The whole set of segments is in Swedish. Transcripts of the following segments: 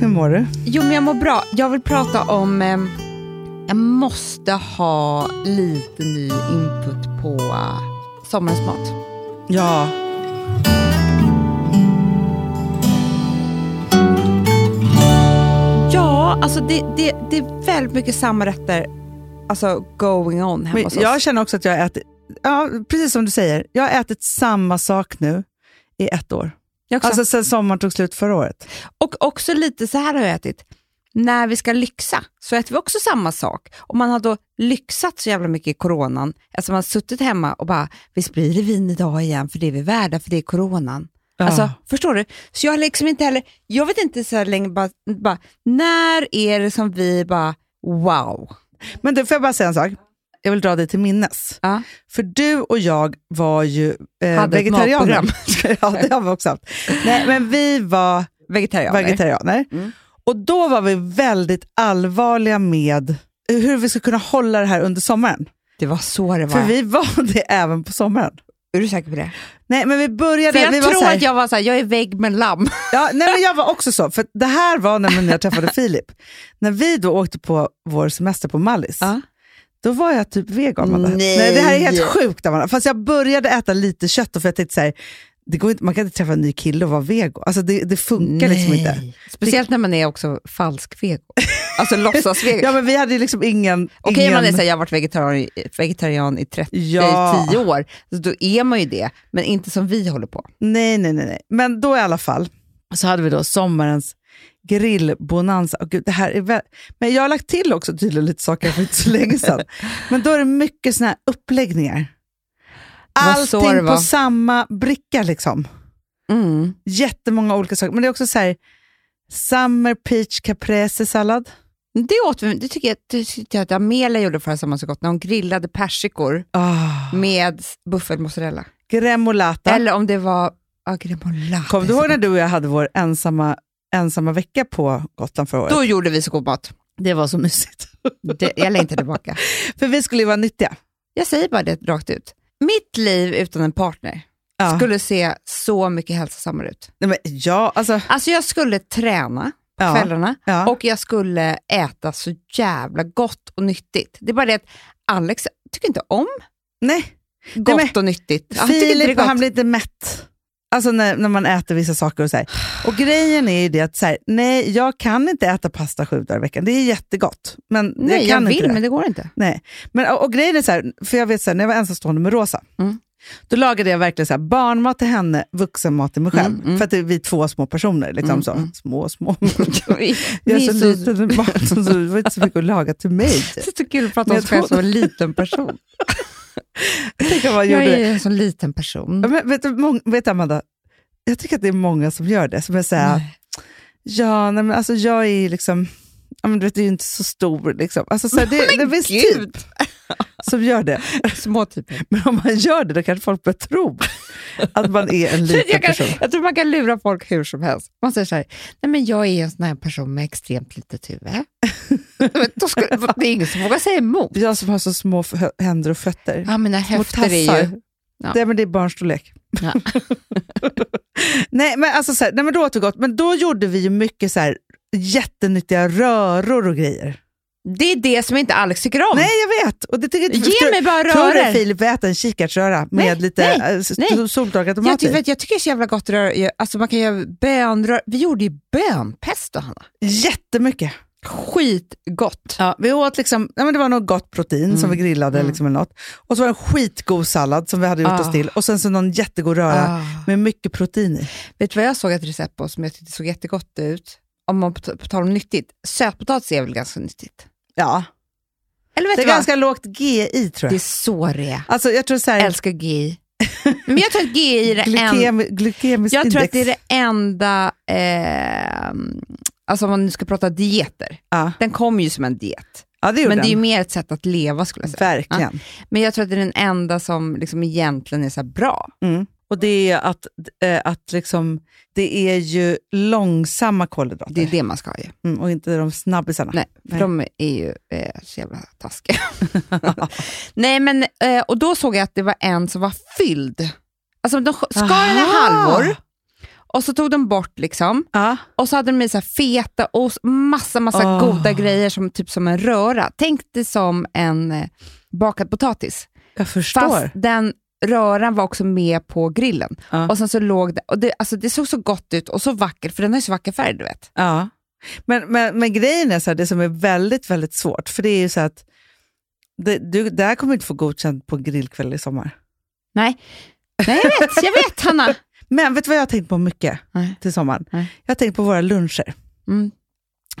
Hur mår du? Jo, men jag mår bra. Jag vill prata om... Eh, jag måste ha lite ny input på eh, sommarens mat. Ja. Ja, alltså det, det, det är väldigt mycket samma rätter alltså, going on hemma Men hos oss. jag känner också att jag har ätit, ja, precis som du säger, jag har ätit samma sak nu i ett år. Jag också. Alltså sen sommaren tog slut förra året. Och också lite så här har jag ätit. När vi ska lyxa så äter vi också samma sak. Och man har då lyxat så jävla mycket i coronan eftersom man har suttit hemma och bara, visst blir det vin idag igen för det är vi värda för det är coronan. Ja. Alltså, förstår du? Så jag har liksom inte heller, jag vet inte så här länge, bara, bara, när är det som vi bara, wow. Men du, får jag bara säga en sak? Jag vill dra dig till minnes. Ja. För du och jag var ju eh, Hade ett vegetarianer. matprogram. ja, det har vi också haft. Nej, men vi var Vegetarianer. vegetarianer. Mm. Och då var vi väldigt allvarliga med hur vi ska kunna hålla det här under sommaren. det var så det var. För vi var det även på sommaren. Är du säker på det? Nej, men vi började... För jag vi var tror så här, att jag var såhär, jag är vägg med lamm. Ja, nej, men jag var också så, för det här var när jag träffade Filip. När vi då åkte på vår semester på Mallis, Ja. då var jag typ vegan. Amanda. Nej. nej, det här är helt sjukt. Amanda. Fast jag började äta lite kött, då, för jag tänkte så här, det går inte, man kan inte träffa en ny kille och vara vegan. Alltså det, det funkar liksom inte. Speciellt när man är också falsk vego. Alltså låtsas vego. Ja, men vi hade ju liksom ingen... Okej ingen... om man är såhär, jag har varit vegetarian, vegetarian i 30, Ja. i 10 år, så då är man ju det, men inte som vi håller på. Nej, nej, nej, nej. Men då i alla fall så hade vi då sommarens grillbonanza. Åh, gud, det här är väl... Men jag har lagt till också tydligen lite saker för inte så länge sedan. Men då är det mycket såna här uppläggningar. Det var så det Allting på var. samma bricka liksom. Mm. Jättemånga olika saker. Men det är också så här, summer peach caprese sallad. Det åt vi, det tycker jag, det tyckte jag att Amelia gjorde förra sommaren så gott, när hon grillade persikor Oh. med buffelmozzarella. Gremolata. Ah. Eller om det var, ja gremolata. Kom du ihåg när du och jag hade vår ensamma, ensamma vecka på Gotland förra året? Då gjorde vi så god mat. Det var så mysigt. Det, jag längtar tillbaka. För vi skulle ju vara nyttiga. Jag säger bara det rakt ut. Mitt liv utan en partner Ja. skulle se så mycket hälsosammare ut. Nej, men ja, alltså, Alltså jag skulle träna på Ja. kvällarna, ja. Och jag skulle äta så jävla gott och nyttigt. Det är bara det att Alex tycker inte om nej, gott men- och nyttigt. Han tycker inte det Filip är han gott. blir inte mätt. Alltså när, när man äter vissa saker och så här. Och grejen är ju det att så här, nej, jag kan inte äta pasta sju dagar i veckan. Det är jättegott, men Nej, jag, kan inte vill det. men det går inte. Nej. Men, och, och grejen är så här, för jag vet så här, när jag var ensamstående med Rosa, Mm. då lagade jag verkligen så här, barnmat till henne, vuxenmat till mig själv. Mm, mm. För att det är vi två små personer. Liksom, Mm, så. mm. Små, små. Vi- Jag vi är så är så- liten med mat, så det var inte så mycket att laga till mig. typ. Det är så kul att prata Men om jag sig själv tror- som en liten person. Tänk om man Jag gjorde det. är en sån liten person. Ja, Men vet, du, mång- vet du, Amanda, jag tycker att det är många som gör det. Som är så här, Nej. ja, nej, men alltså jag är ju liksom, ja, men du vet, det är ju inte så stor. Liksom. Alltså, så här, det, det finns typ Gud, som gör det. små typer. Men om man gör det, då kanske folk börjar tro att man är en liten Jag, kan, person. jag tror man kan lura folk hur som helst. Man säger så här, nej men jag är en sån här person med extremt litet huvud. Men då skulle, det är ingen som vågar säga emot. Jag som har så små f- händer och fötter. Ja, mina Små höfter är ju... tassar. Ja. Det, men det är barnstorlek. Ja. nej, men alltså, så här, nej, men då åt vi gott. Men då gjorde vi ju mycket så här, jättenyttiga röror och grejer. Det är det som inte Alex tycker om. Nej, jag vet. Och det tycker jag inte Ge mig bara Tror du rörer. Filip äter en kikärtsröra med lite nej, eh, s- nej. soltorkade Jag tomater tycker, i? att jag tycker det är så jävla gott rör. Alltså man kan göra bönrör. Vi gjorde ju bönpesto, Hanna. Jättemycket. Skitgott. Ja, vi åt liksom, nej, men det var något gott protein som Mm. vi grillade liksom, eller något. Och så var det en skitgod sallad som vi hade gjort Ah. oss till. Och sen så någon jättegod röra Ah. med mycket protein i. Vet du vad jag såg ett recept på som jag tyckte såg jättegott ut? Om man på, t- på tal om nyttigt. Sötpotatis är väl ganska nyttigt? Ja. Eller vet Det är du vad? ganska lågt GI tror jag. Det är så det är. Alltså jag tror så Jag här, älskar GI. Men jag tror att GI är det enda... glykemi, glykemiskt Jag index. tror att det är det enda... Eh, alltså om man nu ska prata dieter. Ja. Den kom ju som en diet. ja, det gjorde Men det är ju den. mer ett sätt att leva skulle jag säga. Verkligen. Men jag tror att det är den enda som liksom egentligen är så här bra. Mm. Och det är att, eh, att liksom, det är ju långsamma kolhydrater Det är det man ska ha ju. Mm, och inte de snabbisarna. Nej, för de är ju eh, så jävla taskiga. Nej, men, eh, och då såg jag att det var en som var fylld. Alltså de sk- skar den i Aha! halvor Och så tog de bort liksom. Ja. Och så hade de i så här feta ost, massa, massa Åh. goda grejer, som typ som en röra. Tänk dig som en eh, bakad potatis. Jag Fast förstår. den röran var också med på grillen. Ja. Och sen så låg det, och det, alltså det såg så gott ut och så vackert, för den har ju så vacker färg du vet. Ja. Men, men, men grejen är så här, det som är väldigt, väldigt svårt, för det är ju så att det, du, det här kommer du inte få godkänt på grillkväll i sommar. Nej, Nej jag vet, jag vet Hanna. Men vet du vad jag har tänkt på mycket Nej. till sommaren? Nej. Jag har tänkt på våra luncher. Mm,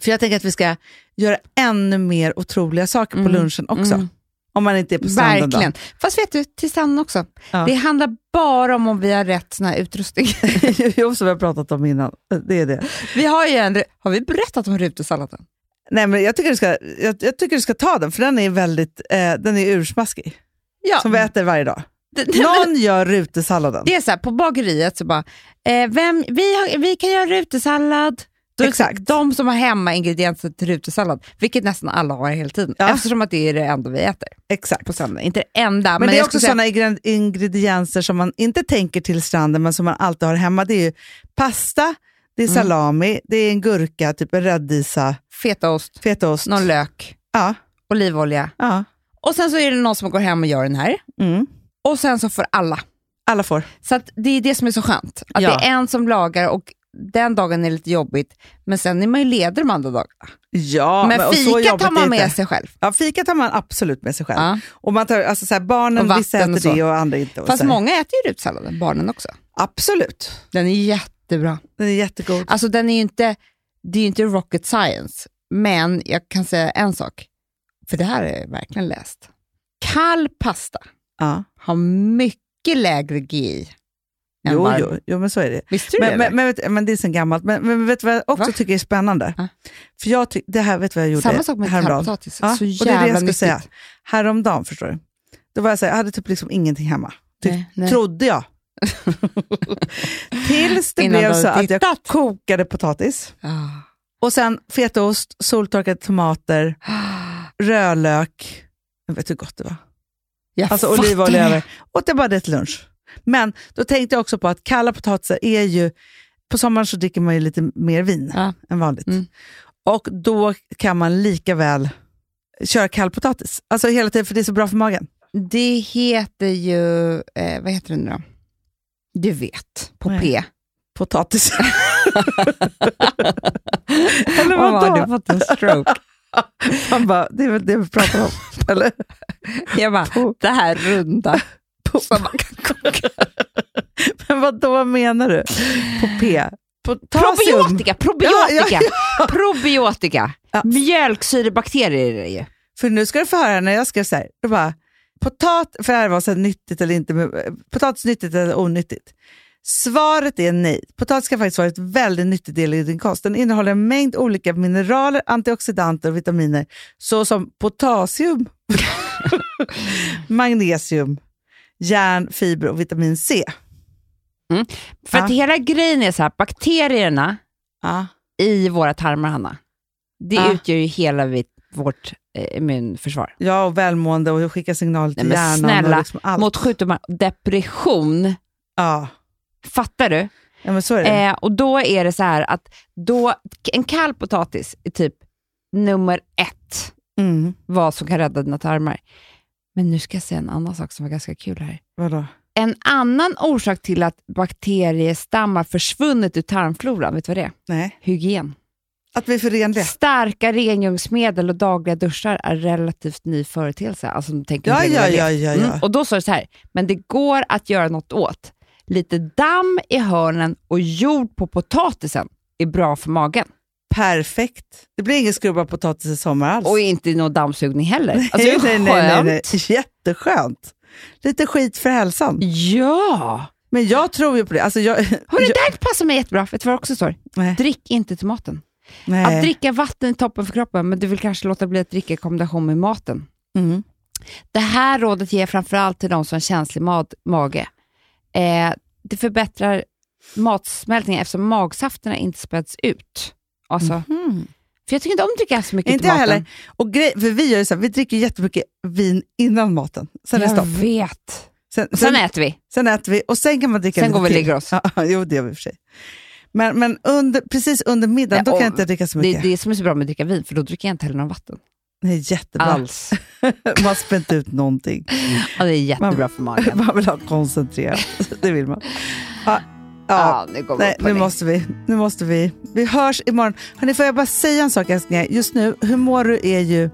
För jag tänker att vi ska göra ännu mer otroliga saker på Mm, lunchen också. mm. Om man inte är på stranden då. verkligen. Fast vet du, till stranden också. Ja. Det handlar bara om om vi har rätt sån här utrustning. jo, som vi har pratat om innan. Det är det. Vi har ju en, har vi berättat om rutesalladen? Nej, men jag, tycker du ska, jag, jag tycker du ska ta den, för den är väldigt eh, den är ursmaskig. Ja. Som vi äter varje dag. Det- Någon gör rutesalladen. Det är så här, på bageriet så bara, eh, vem, vi, har, vi kan göra rutesallad. Då är det så här, Exakt. De som har hemma ingredienser till rutesallad, vilket nästan alla har hela tiden, Ja. eftersom att det är det enda vi äter Exakt. på söndag. Inte det enda, men, Men, det är jag också skulle säga, sådana ingre- ingredienser som man inte tänker till stranden, men som man alltid har hemma. Det är ju pasta, det är Mm. salami, det är en gurka, typ en rädisa, fetaost, fetaost. någon lök, Ja, olivolja. ja. Och sen så är det någon som går hem och gör den här. Mm. Och sen så får alla. Alla får. Så att det är det som är så skönt. Att Ja. det är en som lagar och den dagen är lite jobbigt, men sen är man ju ledig de andra dagarna. Ja, men och så fika jobbigt tar är det man med inte. sig själv. Ja, fika tar man absolut med sig själv. Ja. Och man tar, alltså, så här, barnen, Och vatten vissa äter och så. det och andra inte. Och så Fast här. många äter ju rutsalladen, barnen också. Absolut, Den är jättebra. den är jättegod. Alltså den är ju inte, det är ju inte rocket science, men jag kan säga en sak, för det här är jag verkligen läst. Kall pasta Ja. har mycket lägre GI än Jo, varm. jo, jo, men så är det. Visste du det? Men, men, eller? men, vet, men det är sen gammalt. Men, men vet du vad jag också Va? tycker är spännande? Ja. För jag ty- det här vet du vad jag gjorde Samma sak med häromdagen. kallpotatis. Ja, Så och det är jävla det jag ska nyttigt. säga. Häromdagen, förstår du. Då var jag så här, jag hade typ liksom ingenting hemma. Ty- Nej, nej. Trodde jag. Tills det Innan blev du så hade att jag kokade potatis. Ah. Och sen fetaost, soltorkade tomater, rödlök. Jag vet hur gott det var. Jag Alltså fattar olivolja det. över. Åt jag bara det till lunch. Men då tänkte jag också på att kalla potatisar är ju... På sommaren så dricker man ju lite mer vin Ja. än vanligt. Mm. Och då kan man lika väl köra kallpotatis. Alltså hela tiden, för det är så bra för magen. Det heter ju, eh, vad heter det nu då? Du vet, på Nej. P. Potatis. Eller Åh, har du vadå? fått en stroke? Man bara, det är väl det vi pratar om. Eller? Jag bara, det här runda som man kan koka. Men vadå menar du? På P? Potassium? Probiotika, probiotika, Ja, probiotika. Ja. Mjölksyrebakterier är det ju. För nu ska du få höra när jag skrev så här, då bara, potat, för det här var så här nyttigt eller inte, men, eh, potatis nyttigt eller onyttigt. Svaret är nej. Potatis kan faktiskt vara ett väldigt nyttigt del i din kost. Den innehåller en mängd olika mineraler, antioxidanter och vitaminer såsom potassium, magnesium, järn, fiber och vitamin C. För Ja. att hela grejen är så här, bakterierna i våra tarmar, Hanna, det Ja. utgör ju hela vi, vårt eh, immunförsvar. Ja, och välmående och skicka signaler till Nej, men hjärnan. snälla, och liksom allt. Mot sjukdomar, depression, ja. fattar du? ja, men så är det. Eh, och då är det så här att då, en kall potatis är typ nummer ett. Mm. vad som kan rädda dina tarmar. Men nu ska jag säga en annan sak som var ganska kul här. Vadå? En annan orsak till att bakteriestammar försvunnit ur tarmfloran, vet du vad det är? Nej. Hygien. Att vi är förenliga. Starka rengöringsmedel och dagliga duschar är relativt ny företeelse. Alltså, de tänker Ja, inte ja, reglera det. ja, ja, ja. Mm. Och då sa det så här, men det går att göra något åt. Lite damm i hörnen och jord på potatisen är bra för magen. Perfekt. Det blir ingen skrubbad potatis i sommar alls. Och inte någon dammsugning heller. Alltså, det nej, är Alltså- nej, skönt. nej, nej, nej. Jätteskönt. Lite skit för hälsan. Ja! Men jag tror ju på det. Alltså jag, Hörru, jag, det här passar mig jättebra. Vet du vad det också står? nej, Drick inte till maten. Att nej. dricka vatten är toppen för kroppen, men du vill kanske låta bli att dricka i kombination med maten. Mm. Det här rådet ger jag framförallt till de som har känslig mad- mage. Eh, det förbättrar matsmältningen eftersom magsafterna inte späds ut. Alltså, Mm. För jag tycker inte om att dricka så mycket Inte till jag maten. heller. Och grej, för vi, gör ju så här, vi dricker ju jättemycket vin innan maten. Sen är det jag stopp. vet. Sen, Sen äter vi. sen äter vi och sen kan man dricka Sen lite går vi och till. lägger oss. Ja, jo, det gör vi i och för sig. Men, men under, precis under middagen, Nej, då kan och jag inte dricka så Det är mycket. det som är så bra med att dricka vin, för då dricker jag inte heller någon vatten. det är jättebra. Alls. Man spär inte ut någonting. Ja, det är jättebra Man- för magen. Man vill ha koncentrerat. Det vill man. Ja, ja. Ja, nu går vi Nej, upp på nu det. måste vi. Nu måste vi. Vi hörs imorgon. Hörrni, får jag bara säga en sak älsklingar? Just nu, Hur mår du är ju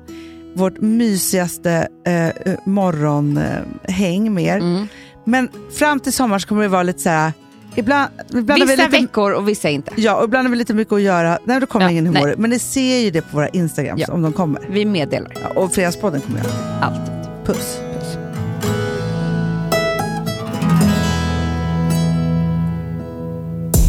vårt mysigaste eh, morgonhäng med er. Mm. Men fram till sommaren så kommer det vara lite så här... Ibland, ibland har vi Vissa lite, veckor och vissa inte. Ja, och ibland har vi lite mycket att göra. Nej, då kommer Ja, ingen nej. humor. Men ni ser ju det på våra Instagrams Ja. om de kommer. Vi meddelar Ja, och Fredagspodden kommer jag. alltid. Puss.